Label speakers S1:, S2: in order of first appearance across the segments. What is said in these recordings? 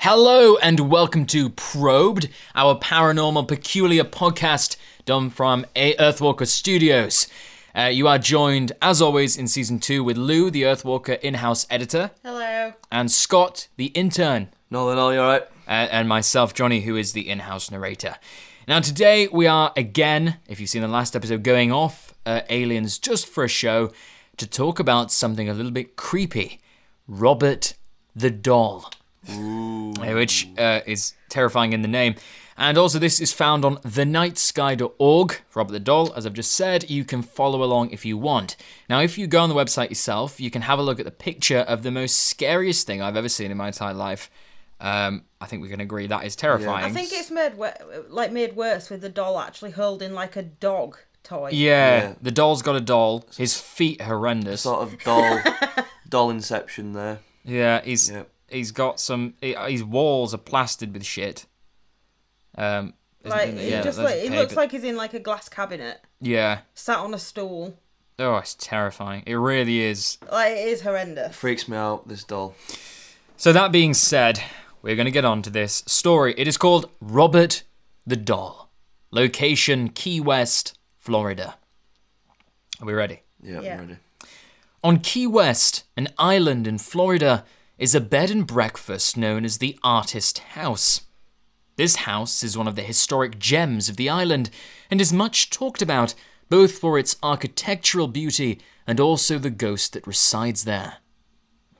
S1: Hello and welcome to Probed, our paranormal peculiar podcast done from A Earthwalker Studios. Uh, you are joined, as always, in season two with Lou, the Earthwalker in-house editor,
S2: Hello.
S1: and Scott, the intern,
S3: Nolan, all you all right?
S1: uh, and myself, Johnny, who is the in house narrator. Now, today we are again, if you've seen the last episode, going off uh, Aliens just for a show to talk about something a little bit creepy Robert the Doll, Uh, which uh, is terrifying in the name. And also, this is found on thenightsky.org. Robert the Doll, as I've just said, you can follow along if you want. Now, if you go on the website yourself, you can have a look at the picture of the most scariest thing I've ever seen in my entire life. Um, I think we can agree that is terrifying.
S2: I think it's made wo- like made worse with the doll actually holding like a dog toy.
S1: yeah,
S3: Yeah.
S1: the doll's got a doll. His feet horrendous.
S3: Sort of doll, doll inception there.
S1: yeah, he's
S3: Yeah.
S1: he's got some. he- His walls are plastered with shit. Um, isn't
S2: Like
S1: it?
S2: it
S1: Yeah,
S2: just
S1: that's
S2: like it
S1: okay,
S2: looks
S1: but-
S2: like he's in like a glass cabinet,
S1: yeah.
S2: sat on a stool.
S1: Oh, it's terrifying. It really is.
S2: Like it is horrendous.
S3: Freaks me out, this doll.
S1: So that being said, we're going to get on to this story. It is called Robert the Doll. Location Key West, Florida. Are we ready?
S3: Yeah,
S2: Yeah.
S3: I'm ready.
S1: On Key West, an island in Florida, is a bed and breakfast known as the Artist House. This house is one of the historic gems of the island and is much talked about, both for its architectural beauty and also the ghost that resides there.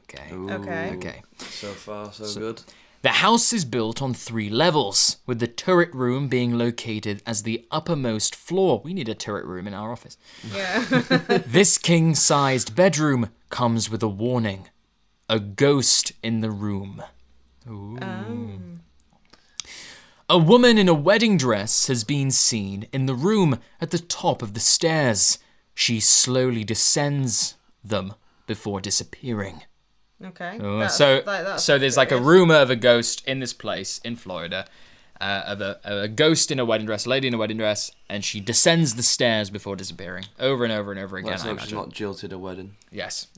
S1: Okay.
S2: Okay.
S1: Okay.
S3: So far, so, good.
S1: The house is built on three levels, with the turret room being located as the uppermost floor. We need a turret room in our office.
S2: Yeah.
S1: This king sized bedroom comes with a warning a ghost in the room. A woman in a wedding dress has been seen in the room at the top of the stairs. She slowly descends them before disappearing.
S2: okay.
S1: Uh,
S2: That's-
S1: so,
S2: like, that's
S1: so there's like a
S2: weird.
S1: rumor of a ghost in this place in Florida, uh, of, a, of a ghost in a wedding dress, a lady in a wedding dress, and she descends the stairs before disappearing over and over and over again.
S3: Let's
S1: I
S3: hope she's
S1: imagine.
S3: not Mm. jilted a wedding.
S1: Yes.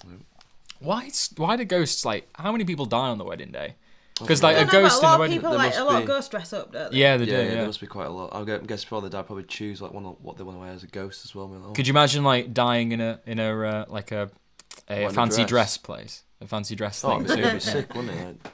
S1: Why? is- Why do ghosts like? How many people die on the wedding day? Because like
S2: I
S1: a
S2: don't know, but
S1: ghost
S2: a
S1: in
S2: lot
S1: the
S2: of
S1: wedding.
S2: people
S3: there
S2: like
S3: must
S2: a lot of
S3: be-
S2: ghosts dress up, don't they?
S1: Yeah, they
S3: Yeah,
S1: do.
S3: yeah,
S1: Yeah.
S3: there must be quite a lot. I gu- guess before they die, probably choose like one of what they want to wear as a ghost as well. maybe.
S1: Could you imagine like dying in a in a uh, like a a
S3: What, in a
S1: fancy dress.
S3: dress?
S1: place, a fancy dress
S3: Oh,
S1: thing?
S3: it'd be- it'd be sick, wouldn't it? Like,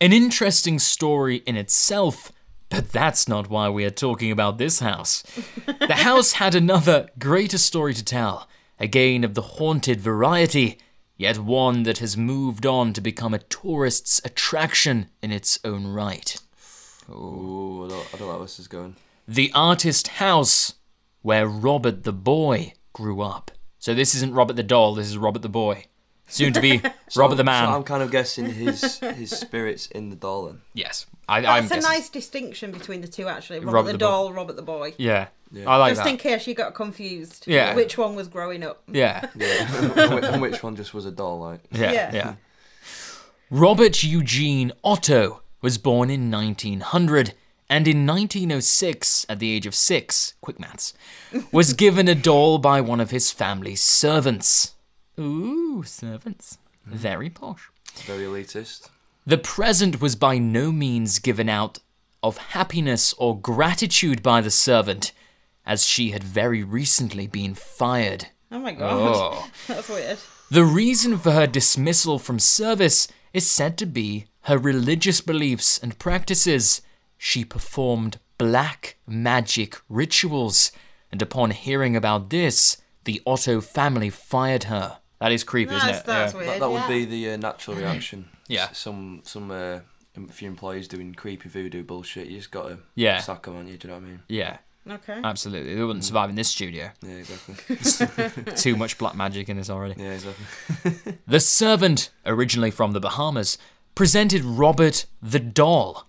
S1: An interesting story in itself, but that's not why we are talking about this house. The house had another, greater story to tell, again of the haunted variety, yet one that has moved on to become a tourist's attraction in its own right.
S3: ooh, I don't, I don't know where this is going.
S1: The Artist House, where Robert the Boy grew up. So this isn't Robert the Doll, this is Robert the Boy. Soon to be Robert the Man.
S3: So I'm kind of guessing his his spirits in the doll. Then.
S1: yes, I, I'm
S2: That's a
S1: guessing.
S2: nice distinction between the two actually. Robert,
S1: Robert
S2: the,
S1: the Boy.
S2: doll, Robert the boy.
S1: Yeah,
S3: Yeah.
S1: I like
S2: Just
S1: that.
S2: in case you got confused.
S1: Yeah.
S2: Which one was growing up?
S1: yeah.
S3: and whi- and which one just was a doll? Like
S1: Yeah, yeah.
S2: Yeah.
S1: Robert Eugene Otto was born in 1900 and in 1906, at the age of six, quick maths, was given a doll by one of his family's servants. Ooh, servants. Very posh.
S3: very elitist.
S1: The present was by no means given out of happiness or gratitude by the servant, as she had very recently been fired.
S2: Oh my god. That's weird.
S1: The reason for her dismissal from service is said to be her religious beliefs and practices. She performed black magic rituals, and upon hearing about this, the Otto family fired her. That is creepy, isn't
S2: That's,
S1: it?
S2: that's
S1: Yeah.
S2: weird.
S3: That, that
S2: yeah.
S3: would be the uh, natural reaction.
S1: Yeah.
S3: S- Some some uh, em- few employees doing creepy voodoo bullshit. You just gotta
S1: Yeah.
S3: sack them, aren't you? Do you know what I mean?
S1: Yeah,
S2: Okay.
S1: absolutely. They wouldn't survive in this studio.
S3: Yeah, exactly.
S1: Too much black magic in this already.
S3: yeah, exactly.
S1: The servant, originally from the Bahamas, presented Robert the doll.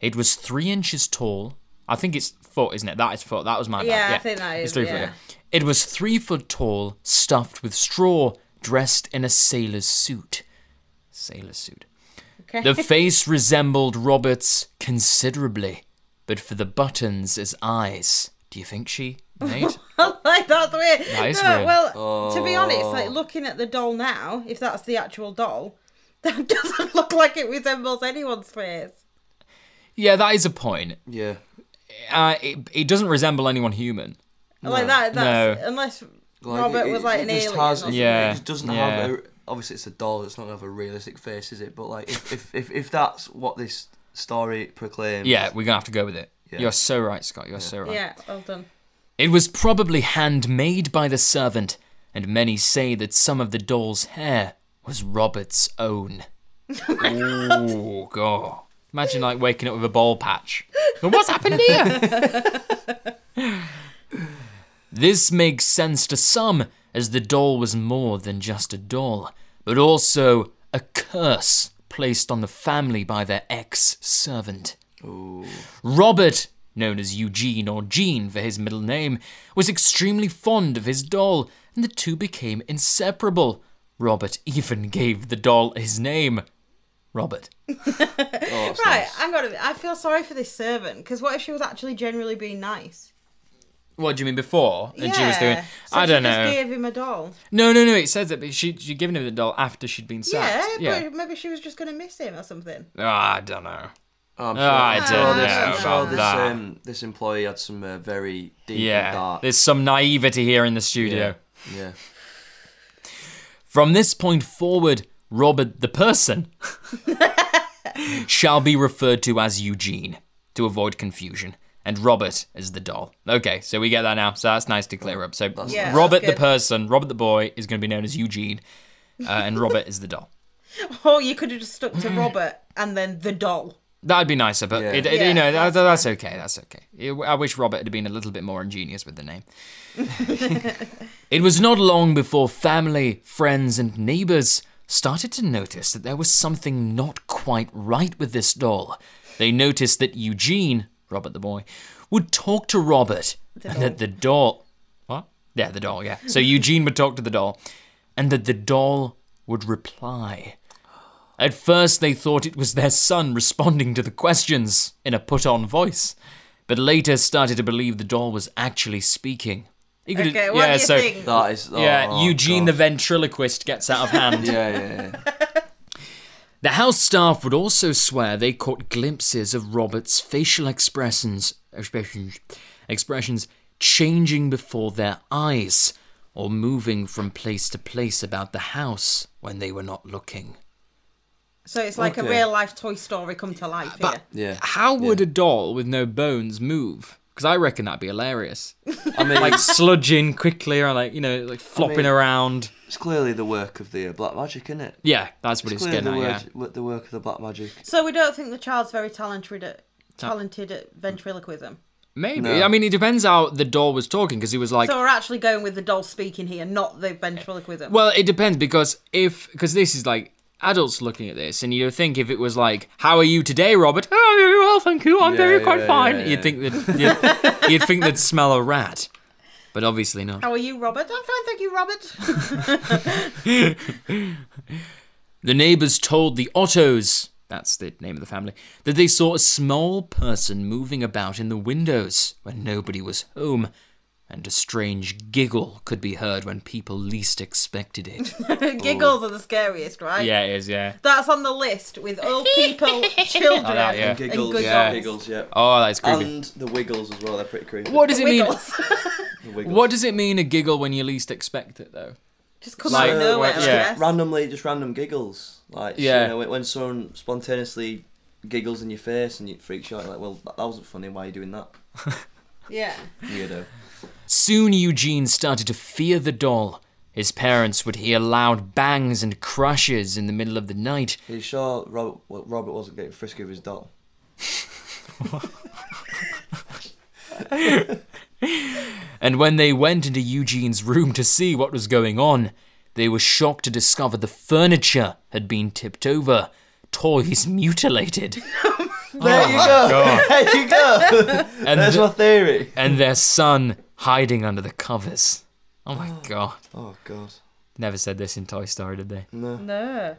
S1: It was three inches tall. I think it's foot, isn't it? That is foot. That was my bad.
S2: Yeah, I think that
S1: It's
S2: is,
S1: three
S2: yeah.
S1: foot. yeah. It was three foot tall, stuffed with straw, dressed in a sailor's suit. Sailor suit.
S2: Okay.
S1: The face resembled Robert's considerably, but for the buttons as eyes. Do you think she made?
S2: like that's weird.
S1: That is
S2: no,
S1: weird.
S3: Oh.
S2: well, to be honest, like looking at the doll now, if that's the actual doll, that doesn't look like it resembles anyone's face.
S1: Yeah, that is a point.
S3: Yeah.
S1: Uh, it, it doesn't resemble anyone human.
S2: Like that. That's, Unless
S3: Like,
S2: Robert
S3: it-
S2: was like
S3: it
S2: an
S3: just
S2: alien.
S3: has-
S2: or
S3: it-
S2: something.
S1: Yeah.
S3: It just doesn't have.
S1: yeah.
S3: A, obviously, it's a doll. It's not gonna have a realistic face, is it? But like, if if, if, if that's what this story proclaims,
S1: Yeah, we're gonna have to go with it.
S3: Yeah.
S1: You're so right, Scott. You're so right.
S2: Yeah, well done.
S1: It was probably handmade by the servant, and many say that some of the doll's hair was Robert's own. oh god! Imagine like waking up with a ball patch. Well, What's happened here? this makes sense to some, as the doll was more than just a doll, but also a curse placed on the family by their ex-servant. Robert, known as Eugene or Jean for his middle name, was extremely fond of his doll, and the two became inseparable. Robert even gave the doll his name. Robert.
S3: Oh, that's
S2: Right,
S3: nice.
S2: I'm gonna. I feel sorry for this servant because what if she was actually generally being nice?
S1: What do you mean before? And
S2: yeah.
S1: she was doing.
S2: So
S1: I don't
S2: she
S1: know.
S2: Just gave him a doll.
S1: No, no, no. It says that but she she given him the doll after she'd been sacked.
S2: yeah, but maybe she was just gonna miss him or something.
S1: Oh, I don't know.
S3: I'm
S1: Oh, I
S3: I'm
S1: don't
S3: this,
S2: know
S3: I'm sure
S2: about
S3: this,
S1: that.
S3: Um, this employee had some uh, very deep and
S1: Yeah,
S3: dark.
S1: there's some naivety here in the
S3: yeah,
S1: studio.
S3: yeah.
S1: From this point forward, Robert the person shall be referred to as Eugene to avoid confusion, and Robert as the doll. Okay, so we get that now. So that's nice to clear up. So
S2: Yeah,
S1: Robert
S2: that's
S1: the
S2: good.
S1: person, Robert the boy, is going to be known as Eugene, uh, and Robert is the doll.
S2: Oh, you could have just stuck to Robert and then the doll.
S1: That'd be nicer, but
S3: Yeah.
S1: it, it-
S2: Yeah,
S1: you know that, that's okay. That's okay. I wish Robert had been a little bit more ingenious with the name. it was not long before family, friends, and neighbours started to notice that there was something not quite right with this doll. They noticed that Eugene, Robert the boy, would talk to Robert, and that the doll, what? Yeah, the doll. Yeah. So Eugene would talk to the doll, and that the doll would reply. At first, they thought it was their son responding to the questions in a put on voice, but later started to believe the doll was actually speaking. He could-
S2: Okay, what do you
S1: so,
S2: think?
S3: That is. Oh,
S1: Yeah,
S3: oh,
S1: Eugene the
S3: God.
S1: ventriloquist gets out of hand.
S3: Yeah, yeah, yeah.
S1: The house staff would also swear they caught glimpses of Robert's facial expressions, expressions, expressions changing before their eyes, or moving from place to place about the house when they were not looking.
S2: So it's like
S3: Okay.
S2: a real life Toy Story come to life here.
S3: yeah.
S1: How would a doll with no bones move? Because I reckon that'd be hilarious.
S3: I mean,
S1: Like sludging quickly or like, you know, like flopping
S3: mean-
S1: around.
S3: it's clearly the work of the uh, black magic, isn't it?
S1: Yeah, that's what it's,
S3: Clearly
S1: getting
S3: the
S1: at, yeah.
S3: work, the work of the black magic.
S2: So we don't think the child's very talented at talented at ventriloquism.
S1: Maybe.
S3: No.
S1: I mean, it depends how the doll was talking because he was like,
S2: So we're actually going with the doll speaking here, not the ventriloquism.
S1: well, it depends because if, because this is like adults looking at this and you think if it was like, how are you today, Robert? Oh, very well, thank you. I'm
S3: Yeah,
S1: very
S3: yeah,
S1: quite
S3: yeah,
S1: fine.
S3: yeah.
S1: You'd think that, you'd, you'd think they'd smell a rat, but obviously not.
S2: How are you, Robert? I'm fine, thank you, Robert.
S1: The neighbours told the Ottos, that's the name of the family, that they saw a small person moving about in the windows when nobody was home, and a strange giggle could be heard when people least expected it.
S2: Giggles are the scariest, right?
S1: it is, yeah.
S2: That's on the list with old people, children,
S1: Oh, that, yeah.
S2: and
S3: Giggles,
S2: giggles.
S1: yeah.
S3: giggles, yeah.
S1: Oh, that's creepy.
S3: And the wiggles as well. They're pretty creepy.
S1: what does it mean?
S2: Wiggles.
S3: The wiggles.
S1: What does it mean a giggle when you least expect it, though?
S2: Just come
S1: Like,
S2: out of nowhere,
S1: yeah.
S2: I guess.
S3: randomly just random giggles like
S1: Yeah.
S3: you know when- when someone spontaneously giggles in your face and you freak out you're like well that, that wasn't funny why are you doing that
S2: Yeah.
S3: weirdo
S1: Soon Eugene started to fear the doll. His parents would hear loud bangs and crashes in the middle of the night,
S3: are you sure robert, well, robert wasn't getting frisky with his doll
S1: and when they went into Eugene's room to see what was going on, they were shocked to discover the furniture had been tipped over, toys mutilated,
S3: there you go there you go
S1: and,
S3: there's
S1: th-
S3: my theory
S1: and their son hiding under the covers. Oh my god.
S3: oh god
S1: Never said this in Toy Story, did they?
S2: No.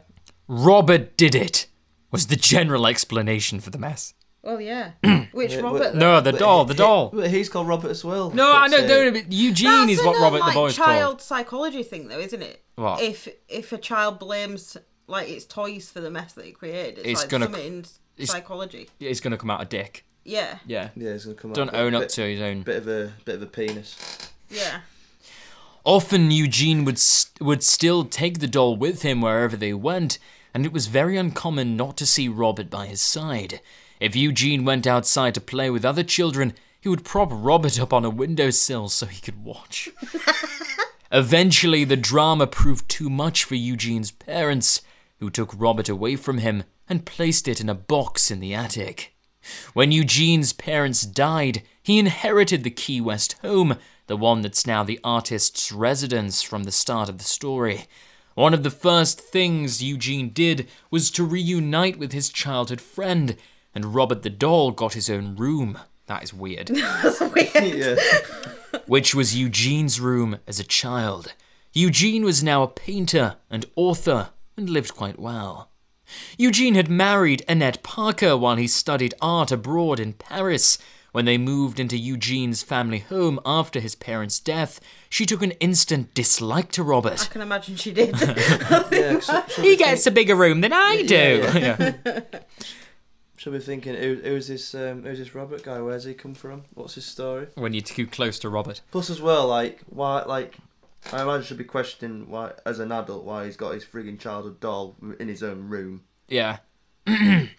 S1: Robert did it, was the general explanation for the mess.
S2: Well, yeah. Which Robert?
S3: but-
S1: No, the
S3: But
S1: doll,
S3: he-
S1: the
S3: he-
S1: doll.
S3: but he's called robert as well
S1: No,
S3: for
S1: I
S3: fuck's
S1: know,
S3: sake.
S1: no, no, but Eugene
S2: That's
S1: is what
S2: another,
S1: Robert
S2: like,
S1: the Boy's
S2: child
S1: called.
S2: psychology thing, though, isn't it?
S1: What?
S2: If if a child blames like its toys for the mess that it created. It's,
S1: It's
S2: like
S1: gonna-
S2: something in
S1: it's-
S2: psychology.
S1: It's going to come out a dick.
S2: Yeah,
S1: Yeah.
S3: Yeah, it's gonna come out.
S1: Don't
S3: a
S1: own up
S3: bit-
S1: to his own.
S3: Bit of a bit of a penis.
S2: yeah.
S1: Often Eugene would st- would still take the doll with him wherever they went, and it was very uncommon not to see Robert by his side. If Eugene went outside to play with other children, he would prop Robert up on a windowsill so he could watch. Eventually, the drama proved too much for Eugene's parents, who took Robert away from him and placed it in a box in the attic. When Eugene's parents died, he inherited the Key West home, the one that's now the artist's residence from the start of the story. One of the first things Eugene did was to reunite with his childhood friend, and Robert the doll got his own room. That is weird
S3: Yeah.
S1: which was Eugene's room as a child. Eugene was now a painter and author and lived quite well. Eugene had married Annette Parker while he studied art abroad in Paris. When they moved into Eugene's family home after his parents' death, she took an instant dislike to
S2: I
S1: Robert.
S2: can imagine she did.
S3: yeah 'cause she'll- she'll
S1: He
S3: be
S1: gets a bigger room than I do. Yeah.
S3: think- she'll be thinking, Who, who's this? Um, who's this Robert guy? Where's he come from? What's his story?
S1: When you're too close to Robert.
S3: Plus, as well, like why, like I imagine she'll be questioning why, as an adult, why he's got his frigging childhood doll in his own room
S1: Yeah.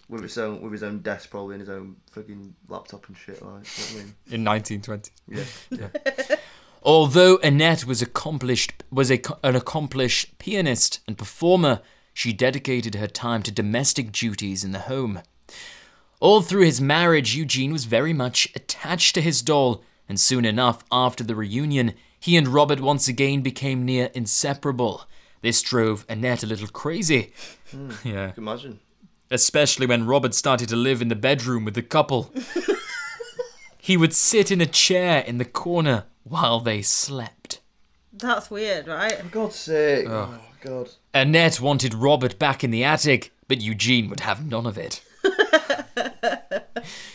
S3: with his own with his own desk, probably in his own frigging laptop and shit. Like, you know what I mean,
S1: In 1920.
S3: yeah.
S1: Although Annette was accomplished was a, an accomplished pianist and performer, she dedicated her time to domestic duties in the home. All through his marriage, Eugene was very much attached to his doll, and soon enough, after the reunion, he and Robert once again became near inseparable. This drove Annette a little crazy. Yeah.
S3: Imagine.
S1: Especially when Robert started to live in the bedroom with the couple. he would sit in a chair in the corner while they slept.
S2: That's weird, right?
S3: For God's sake! Oh, God.
S1: Annette wanted Robert back in the attic, but Eugene would have none of it.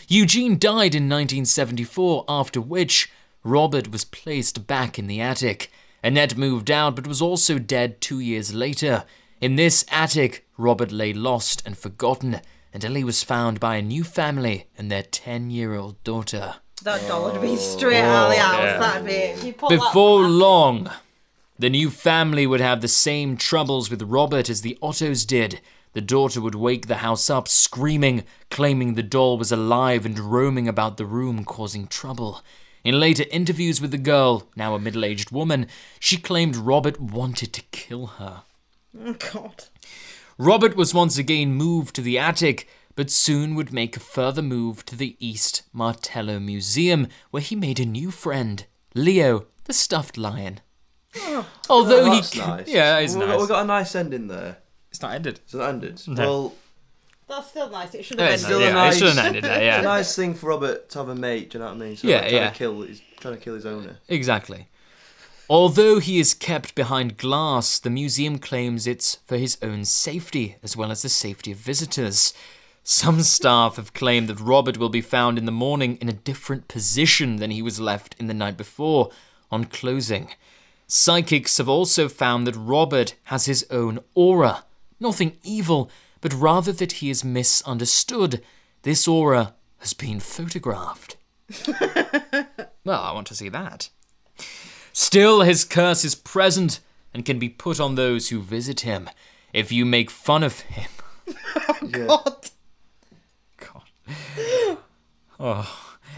S1: Eugene died in 1974, after which Robert was placed back in the attic. Annette moved out, but was also dead two years later. In this attic, Robert lay lost and forgotten until he was found by a new family and their 10 year old daughter.
S2: That doll would be straight out of the house. That'd be.
S4: You put
S1: Oh, Before long, the new family would have the same troubles with Robert as the Ottos did. The daughter would wake the house up screaming, claiming the doll was alive and roaming about the room, causing trouble. In later interviews with the girl, now a middle aged woman, she claimed Robert wanted to kill her.
S2: Oh, God.
S1: Robert was once again moved to the attic, but soon would make a further move to the East Martello Museum, where he made a new friend, Leo, the stuffed lion. Although
S3: Oh,
S1: he,
S3: that's nice.
S1: yeah, it's
S3: we,
S1: nice.
S3: We got a nice ending there.
S1: It's not ended.
S3: So that ended. Well,
S2: That's still nice. It should
S1: Yeah,
S2: have
S1: it's
S2: been
S1: not-
S3: still
S1: yeah,
S3: a nice-
S1: It shouldn't have ended there.
S3: it's a
S1: Yeah,
S3: nice thing for Robert to have a mate. Do you know what I mean? So
S1: Yeah,
S3: like,
S1: yeah.
S3: Trying to kill, he's trying to kill his owner.
S1: exactly. Although he is kept behind glass, the museum claims it's for his own safety as well as the safety of visitors. Some staff have claimed that Robert will be found in the morning in a different position than he was left in the night before on closing. Psychics have also found that Robert has his own aura. Nothing evil, but rather that he is misunderstood. This aura has been photographed. well, I want to see that. Still, his curse is present and can be put on those who visit him. If you make fun of him.
S3: Yeah.
S1: God.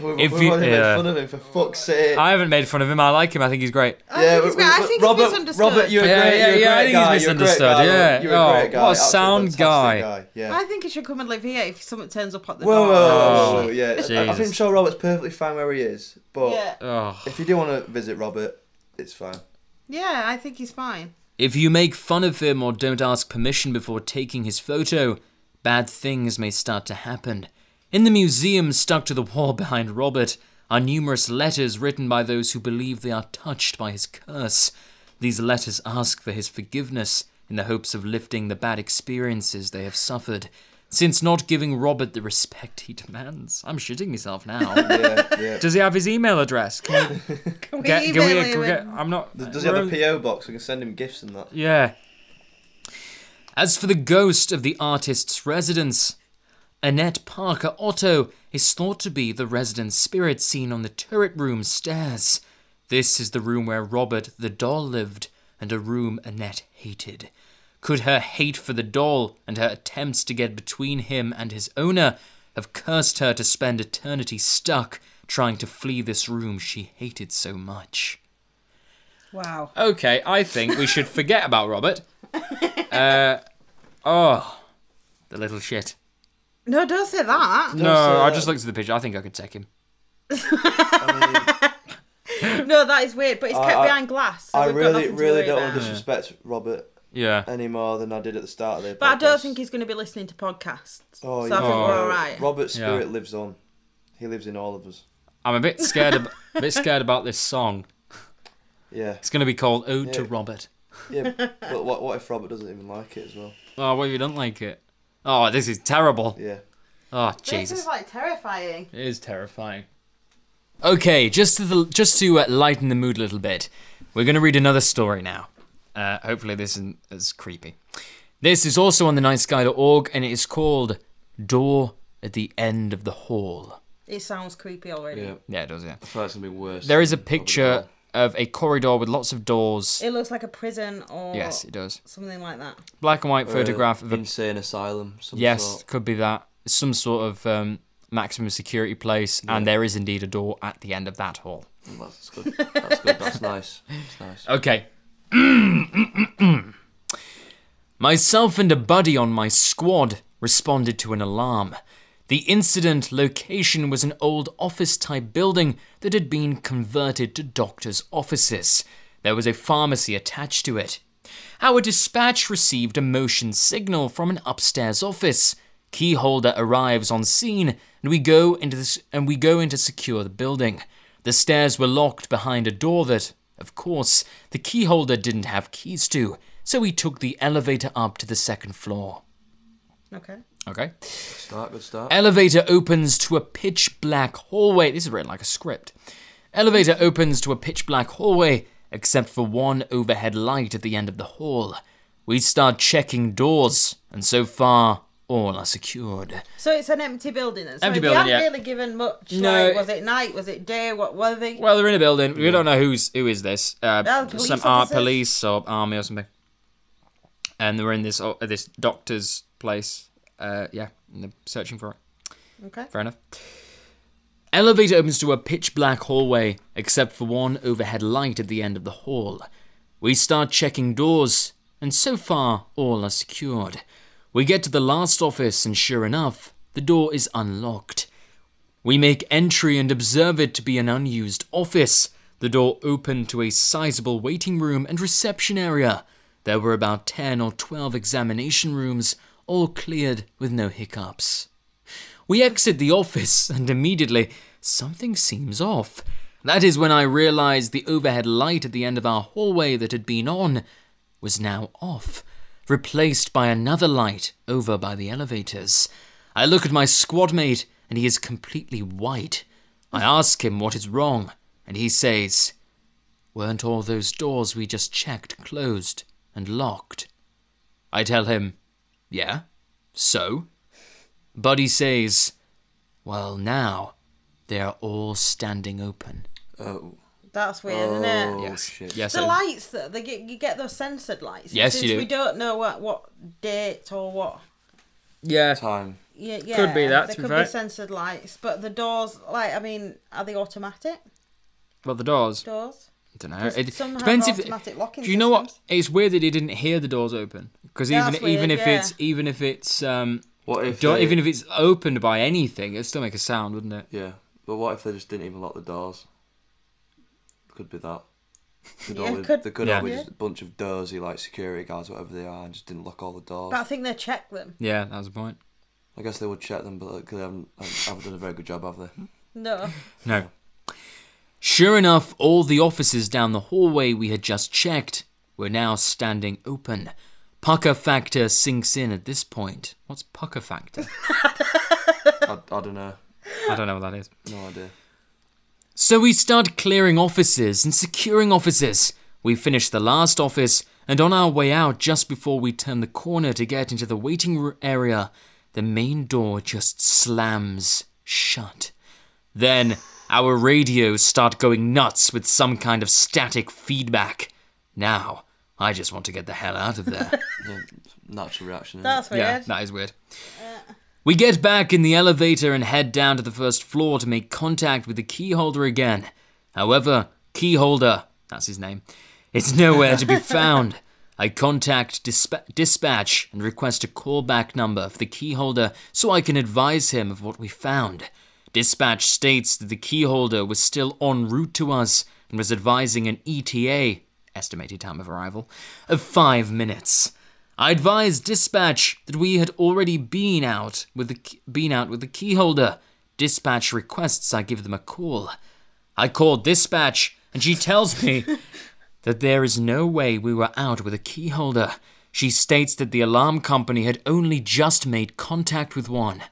S3: We've,
S1: If
S3: we've
S1: you-
S3: already
S1: yeah.
S3: made fun of him for fuck's sake.
S1: I haven't made fun of him. I like him. I think he's great.
S3: yeah,
S2: think
S3: we-
S2: he's great. I
S3: we-
S2: think he's
S3: Robert,
S2: misunderstood.
S3: Robert, you're a
S1: Yeah,
S3: great,
S1: yeah,
S3: you're a
S1: yeah, I
S3: great
S1: think he's
S3: guy. You're a great
S1: misunderstood,
S3: guy.
S1: yeah.
S3: You're a
S1: Oh,
S3: great guy.
S1: what a
S3: Absolute
S1: sound
S3: fantastic
S1: guy.
S3: Yeah.
S2: I think he should come and live here if someone turns up at the
S3: Whoa, whoa,
S2: door.
S3: whoa,
S1: Oh.
S3: whoa, yeah. I- I
S1: Jesus.
S3: think sure Robert's perfectly fine where he is, but
S2: Yeah.
S1: Oh.
S3: if you do want to visit Robert, it's fine.
S2: yeah, I think he's fine.
S1: If you make fun of him or don't ask permission before taking his photo, bad things may start to happen. In the museum, stuck to the wall behind Robert, are numerous letters written by those who believe they are touched by his curse. These letters ask for his forgiveness in the hopes of lifting the bad experiences they have suffered, since not giving Robert the respect he demands. I'm shitting myself now.
S3: Yeah, yeah.
S1: Does he have his email address? Can we
S2: Can we
S1: get, can
S2: email
S1: we,
S2: him
S1: can we
S2: and-
S1: get, I'm not.
S3: Does he have
S1: we're-
S3: a PO box? We can send him gifts and that.
S1: yeah. As for the ghost of the artist's residence, Annette Parker Otto is thought to be the resident spirit seen on the turret room stairs. This is the room where Robert the doll lived, and a room Annette hated. Could her hate for the doll and her attempts to get between him and his owner have cursed her to spend eternity stuck trying to flee this room she hated so much?
S2: Wow.
S1: Okay, I think we should forget about Robert. Uh, oh, the little shit.
S2: No, don't say that.
S1: No,
S3: say
S1: I
S3: that.
S1: just looked at the picture. I think I could take him.
S2: No, that is weird. But it's kept
S3: I-
S2: behind glass. So
S3: I
S2: we've got
S3: really,
S2: nothing to
S3: really
S2: worry
S3: don't
S2: about.
S3: want to disrespect Robert
S1: Yeah.
S3: any more than I did at the start of the
S2: But I
S3: podcast.
S2: don't think he's going to be listening to podcasts.
S3: Oh,
S2: so
S3: yeah.
S2: I think we're
S1: Oh.
S2: all right.
S3: Robert's
S1: Yeah.
S3: spirit lives on. He lives in all of us.
S1: I'm a bit scared. Ab- a bit scared about this song.
S3: Yeah,
S1: It's going to be called "Ode to
S3: Yeah.
S1: Robert."
S3: yeah. but what, what if Robert doesn't even like it as well?
S1: Oh, well, you don't like it. Oh, this is terrible.
S3: Yeah.
S1: Oh,
S2: This
S1: Jesus.
S2: is like terrifying.
S1: It is terrifying. Okay, just to the, just to uh, lighten the mood a little bit, we're going to read another story now. Uh, hopefully, this isn't as creepy. This is also on the nightsky.org, and it is called "Door at the End of the Hall."
S2: It sounds creepy already.
S4: Yeah.
S1: Yeah, it does. Yeah,
S4: So that's gonna be worse.
S1: there is a
S4: than Robert
S1: picture
S4: Doll.
S1: of a corridor with lots of doors.
S2: It looks like a prison or
S1: Yes, it does.
S2: something like that.
S1: Black and white
S4: Or a
S1: photograph of a
S4: insane asylum. Some
S1: Yes,
S4: Sort.
S1: could be that. Some sort of um, maximum security place, and there is indeed a door at the end of that hall.
S4: That's good. That's good. That's nice. That's nice.
S1: Okay. Myself and a buddy on my squad responded to an alarm. The incident location was an old office type building that had been converted to doctors' offices. There was a pharmacy attached to it. Our dispatch received a motion signal from an upstairs office. Keyholder arrives on scene, and we go into this, and we go in to secure the building. The stairs were locked behind a door that, of course, the keyholder didn't have keys to, so we took the elevator up to the second floor.
S2: Okay.
S1: Okay.
S4: Good start. Good start.
S1: Elevator opens to a pitch black hallway. This is written like a script. Elevator opens to a pitch black hallway, except for one overhead light at the end of the hall. We start checking doors, and so far, all are secured.
S2: So it's an empty building then. So
S1: Empty
S2: if
S1: building,
S2: You
S1: yeah.
S2: haven't really given much.
S1: No.
S2: Like, was it night? Was it day? What were they?
S1: Well, they're in a building. We don't know who's who is this. Uh,
S2: Oh, police
S1: some art
S2: officers.
S1: police or army or something. And they were in this uh, this doctor's place. Uh, yeah, and they're searching for it.
S2: Okay.
S1: Fair enough. Elevator opens to a pitch black hallway, except for one overhead light at the end of the hall. We start checking doors, and so far, all are secured. We get to the last office, and sure enough, the door is unlocked. We make entry and observe it to be an unused office, the door open to a sizable waiting room and reception area. There were about 10 or 12 examination rooms, all cleared with no hiccups. We exit the office, and immediately something seems off. That is when I realised the overhead light at the end of our hallway that had been on was now off, replaced by another light over by the elevators. I look at my squad mate, and he is completely white. I ask him what is wrong, and he says, Weren't all those doors we just checked closed and locked? I tell him, Yeah, so? Buddy says, Well, now they are all standing open.
S4: Oh,
S2: That's weird, isn't
S4: oh
S2: it?
S4: shit.
S1: Yes,
S2: The
S1: I-
S2: lights that they get, you get those censored lights. and
S1: Yes, you
S2: since
S1: do.
S2: We don't know what what date or what.
S1: yeah.
S4: Time.
S2: Yeah, yeah.
S1: Could be that,
S2: There
S1: to be
S2: could
S1: fair.
S2: be censored lights, but the doors, like, I mean, are they automatic
S1: Well, the doors. I
S2: doors?
S1: don't know. It
S2: some have
S1: depends if.
S2: automatic locking
S1: Do you know what?
S2: systems.
S1: It's weird that he didn't hear the doors open because even
S2: That's weird,
S1: even if
S2: yeah.
S1: it's even if it's um
S4: What if?
S1: don't,
S4: they-
S1: even if it's opened by anything, it'd still make a sound, wouldn't it?
S4: Yeah, but what if they just didn't even lock the doors? Could be that. Could
S2: Yeah,
S4: all be,
S2: could-
S4: there could
S1: Yeah.
S4: all be
S2: Yeah.
S4: just a bunch of dozy like security guards, whatever they are, and just didn't lock all the doors.
S2: But I think they check them.
S1: Yeah, that was the point.
S4: I guess they would check them, but like, they haven't, haven't done a very good job, have
S1: Hmm.
S4: they?
S2: No.
S1: No. Sure enough, all the offices down the hallway we had just checked were now standing open. Pucker factor sinks in at this point. What's pucker factor?
S4: I, I don't know.
S1: I don't know what that is.
S4: No idea.
S1: So we start clearing offices and securing offices. We finish the last office And on our way out, just before we turn the corner to get into the waiting room area, the main door just slams shut. Then our radios start going nuts with some kind of static feedback. Now, I just want to get the hell out of there.
S4: Yeah, natural reaction. isn't it?
S2: That's weird.
S1: Yeah, that is weird. We get back in the elevator and head down to the first floor to make contact with the key holder again. However, key holder, that's his name, is nowhere to be found. I contact disp- dispatch and request a callback number for the key holder so I can advise him of what we found. Dispatch states that the key holder was still en route to us and was advising an ETA, estimated time of arrival, of five minutes. I advised dispatch that we had already been out with the key- been out with the key holder. Dispatch requests I give them a call. I call dispatch, and she tells me that there is no way we were out with a key holder. She states that the alarm company had only just made contact with one.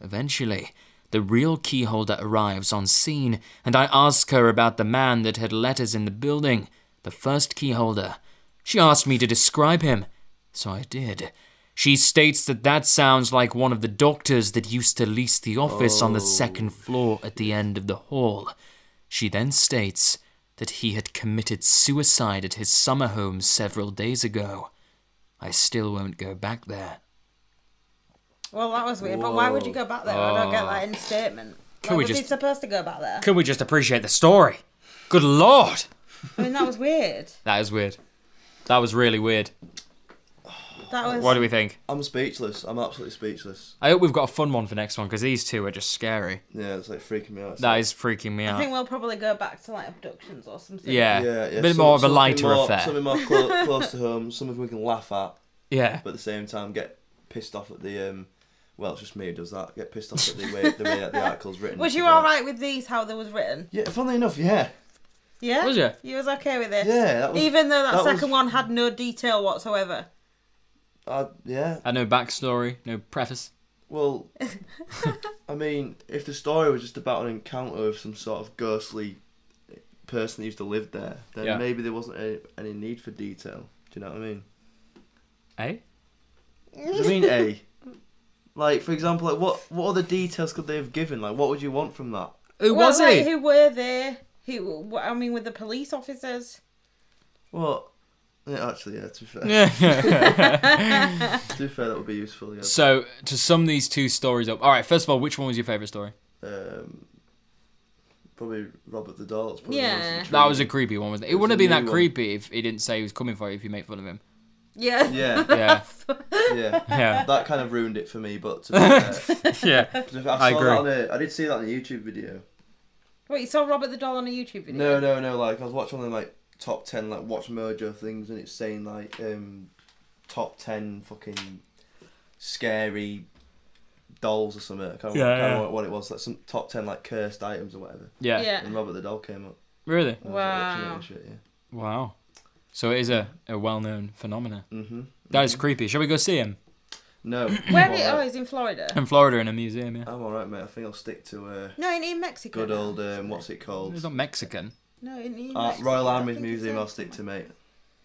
S1: Eventually, the real key holder arrives on scene, and I ask her about the man that had let us in the building, the first key holder. She asked me to describe him, so I did. She states that that sounds like one of the doctors that used to lease the office on the second floor at the end of the hall. She then states that he had committed suicide at his summer home several days ago. I still won't go back there.
S2: Well, that was weird. But why would you go back there? I don't get that in the statement.
S1: Can
S2: Like,
S1: we
S2: was he
S1: just-
S2: supposed to go back there?
S1: Could we just appreciate the story? Good lord!
S2: I mean, that was weird.
S1: That is weird. That was really weird.
S2: That was.
S1: What do we think?
S3: I'm speechless. I'm absolutely speechless.
S1: I hope we've got a fun one for next one because these two are just scary.
S3: Yeah, it's like freaking me out. It's
S1: That
S3: like-
S1: is freaking me
S2: I
S1: out.
S2: think we'll probably go back to like abductions or something.
S1: Yeah,
S3: yeah, yeah.
S1: a bit
S3: some-
S1: more of a
S3: something
S1: lighter
S3: more-
S1: affair.
S3: Something more clo- close to home. Something we can laugh at,
S1: Yeah,
S3: but at the same time get pissed off at the. Um, well, it's just me who does that. Get pissed off at the way the way that the article's written.
S2: Was you
S3: Well,
S2: all right with these? How they was written?
S3: Yeah, funnily enough, yeah,
S2: Yeah.
S1: Was you?
S2: You was okay with this?
S3: yeah. That was,
S2: Even though that,
S3: that was-
S2: second one had no detail whatsoever.
S3: uh, yeah.
S1: and no backstory, no preface.
S3: Well, I mean, if the story was just about an encounter of some sort of ghostly person that used to live there, then
S1: Yeah.
S3: maybe there wasn't any, any need for detail. Do you know what I mean?
S1: Eh?
S3: Do you mean A? Like, for example, like what what other details could they have given? Like, what would you want from that?
S1: Who
S2: Well,
S1: was
S2: like,
S1: he?
S2: Who were there? Who? What, I mean, with the police officers.
S3: Well, yeah, actually, yeah. To be fair, to be fair, that would be useful. Yeah.
S1: so to sum these two stories up. All right, first of all, which one was your favorite story?
S3: Um, probably Robert the Doll. it's probably the
S2: Yeah.
S3: most intriguing.
S1: That was a creepy one, wasn't it? It,
S3: was
S1: wouldn't
S3: a
S1: have been that
S3: new one.
S1: creepy if he didn't say he was coming for you if you made fun of him.
S2: Yeah.
S3: Yeah,
S1: Yeah,
S3: yeah.
S1: yeah,
S3: That kind of ruined it for me, but to be fair,
S1: yeah.
S3: I, saw
S1: I agree.
S3: That on a, I did see that on a YouTube video.
S2: Wait, you saw Robert the Doll on a YouTube video?
S3: No, no, no. Like I was watching one of them, like top ten like Watch Mojo things, and it's saying like um top ten fucking scary dolls or something. I can't,
S1: Yeah,
S3: I can't
S1: yeah.
S3: remember what it was. Like some top ten like cursed items or whatever.
S1: Yeah.
S2: Yeah.
S3: And Robert the Doll came up.
S1: Really?
S3: and I was, like, watching it
S2: Wow.
S3: and shit,
S1: Wow. So it is a, a well known phenomenon.
S3: yeah. Mhm.
S1: That is creepy. Shall we go see him?
S3: No.
S2: Where
S3: I'm
S2: did? Oh,
S3: alright.
S2: he's in Florida.
S1: In Florida in a museum, yeah.
S3: I'm alright, mate. I think I'll stick to uh,
S2: No, in, in Mexico.
S3: good
S2: now.
S3: old um, what's it called?
S1: He's not Mexican.
S2: No, in, in
S3: Uh,
S2: Mexico,
S3: Royal
S2: I
S3: Army's
S2: think he's
S3: Museum.
S2: in-
S3: I'll stick to mate.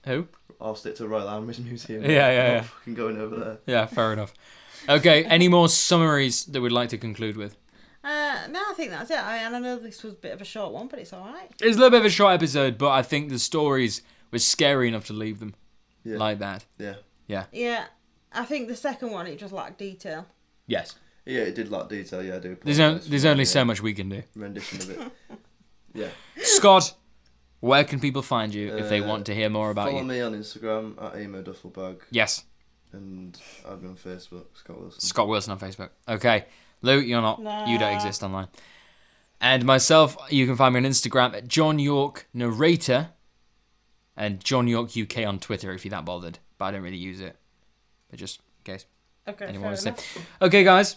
S1: Who?
S3: I'll stick to Royal Army's Museum.
S1: Yeah, yeah,
S3: I'm not
S1: yeah.
S3: Fucking going over there.
S1: Yeah, fair enough. Okay, any more summaries that we'd like to conclude with?
S2: Uh, no, I think that's it. I, and I know this was a bit of a short one, but it's all right.
S1: It's a little bit of a short episode, but I think the stories were scary enough to leave them
S3: Yeah.
S1: like that.
S3: Yeah.
S2: Yeah, I think the second one it just lacked detail.
S1: Yes.
S3: Yeah, it did lack detail. Yeah, I do.
S1: There's, no,
S3: apologise for
S1: there's
S3: my,
S1: only
S3: uh,
S1: so much we can do.
S3: rendition of it. Yeah.
S1: Scott, where can people find you if they
S3: Uh,
S1: want to hear more about
S3: Follow
S1: you?
S3: me on Instagram at Emo Duffelbag
S1: Yes,
S3: and I've been on Facebook, Scott Wilson.
S1: Scott Wilson on Facebook. Okay. Lou, you're not. You don't
S2: Nah.
S1: exist online. And myself, you can find me on Instagram at John York Narrator and John York UK on Twitter if you're that bothered. But I don't really use it. But just in case
S2: Okay,
S1: anyone
S2: fair
S1: wants to
S2: enough.
S1: say. Okay, guys.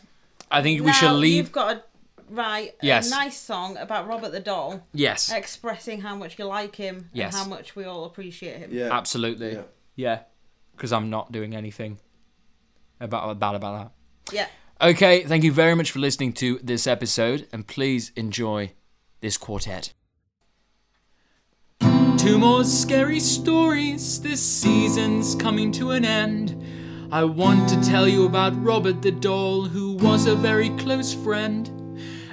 S1: I think we shall
S2: Now,
S1: leave.
S2: You've got to write
S1: Yes.
S2: a nice song about Robert the Doll,
S1: Yes.
S2: expressing how much you like him
S1: Yes.
S2: and how much we all appreciate him.
S3: Yeah.
S1: Absolutely.
S3: Yeah.
S1: Yeah. Because I'm not doing anything about, bad about that.
S2: Yeah.
S1: Okay, thank you very much for listening to this episode, and please enjoy this quartet. Two more scary stories. This season's coming to an end. I want to tell you about Robert the doll, who was a very close friend.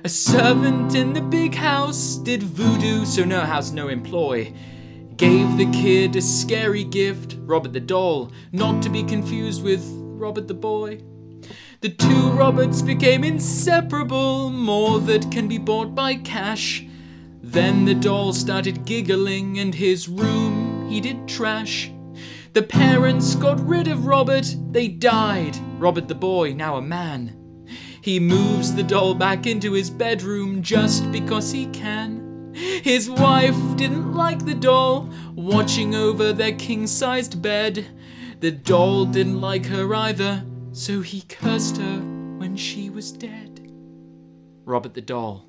S1: A servant in the big house did voodoo, so no house, no employ. Gave the kid a scary gift, Robert the doll, not to be confused with Robert the boy. The two Roberts became inseparable, more that can be bought by cash. Then the doll started giggling, and his room he did trash. The parents got rid of Robert, they died. Robert the boy, now a man. He moves the doll back into his bedroom just because he can. His wife didn't like the doll, watching over their king sized bed. The doll didn't like her either, so he cursed her when she was dead. Robert the Doll.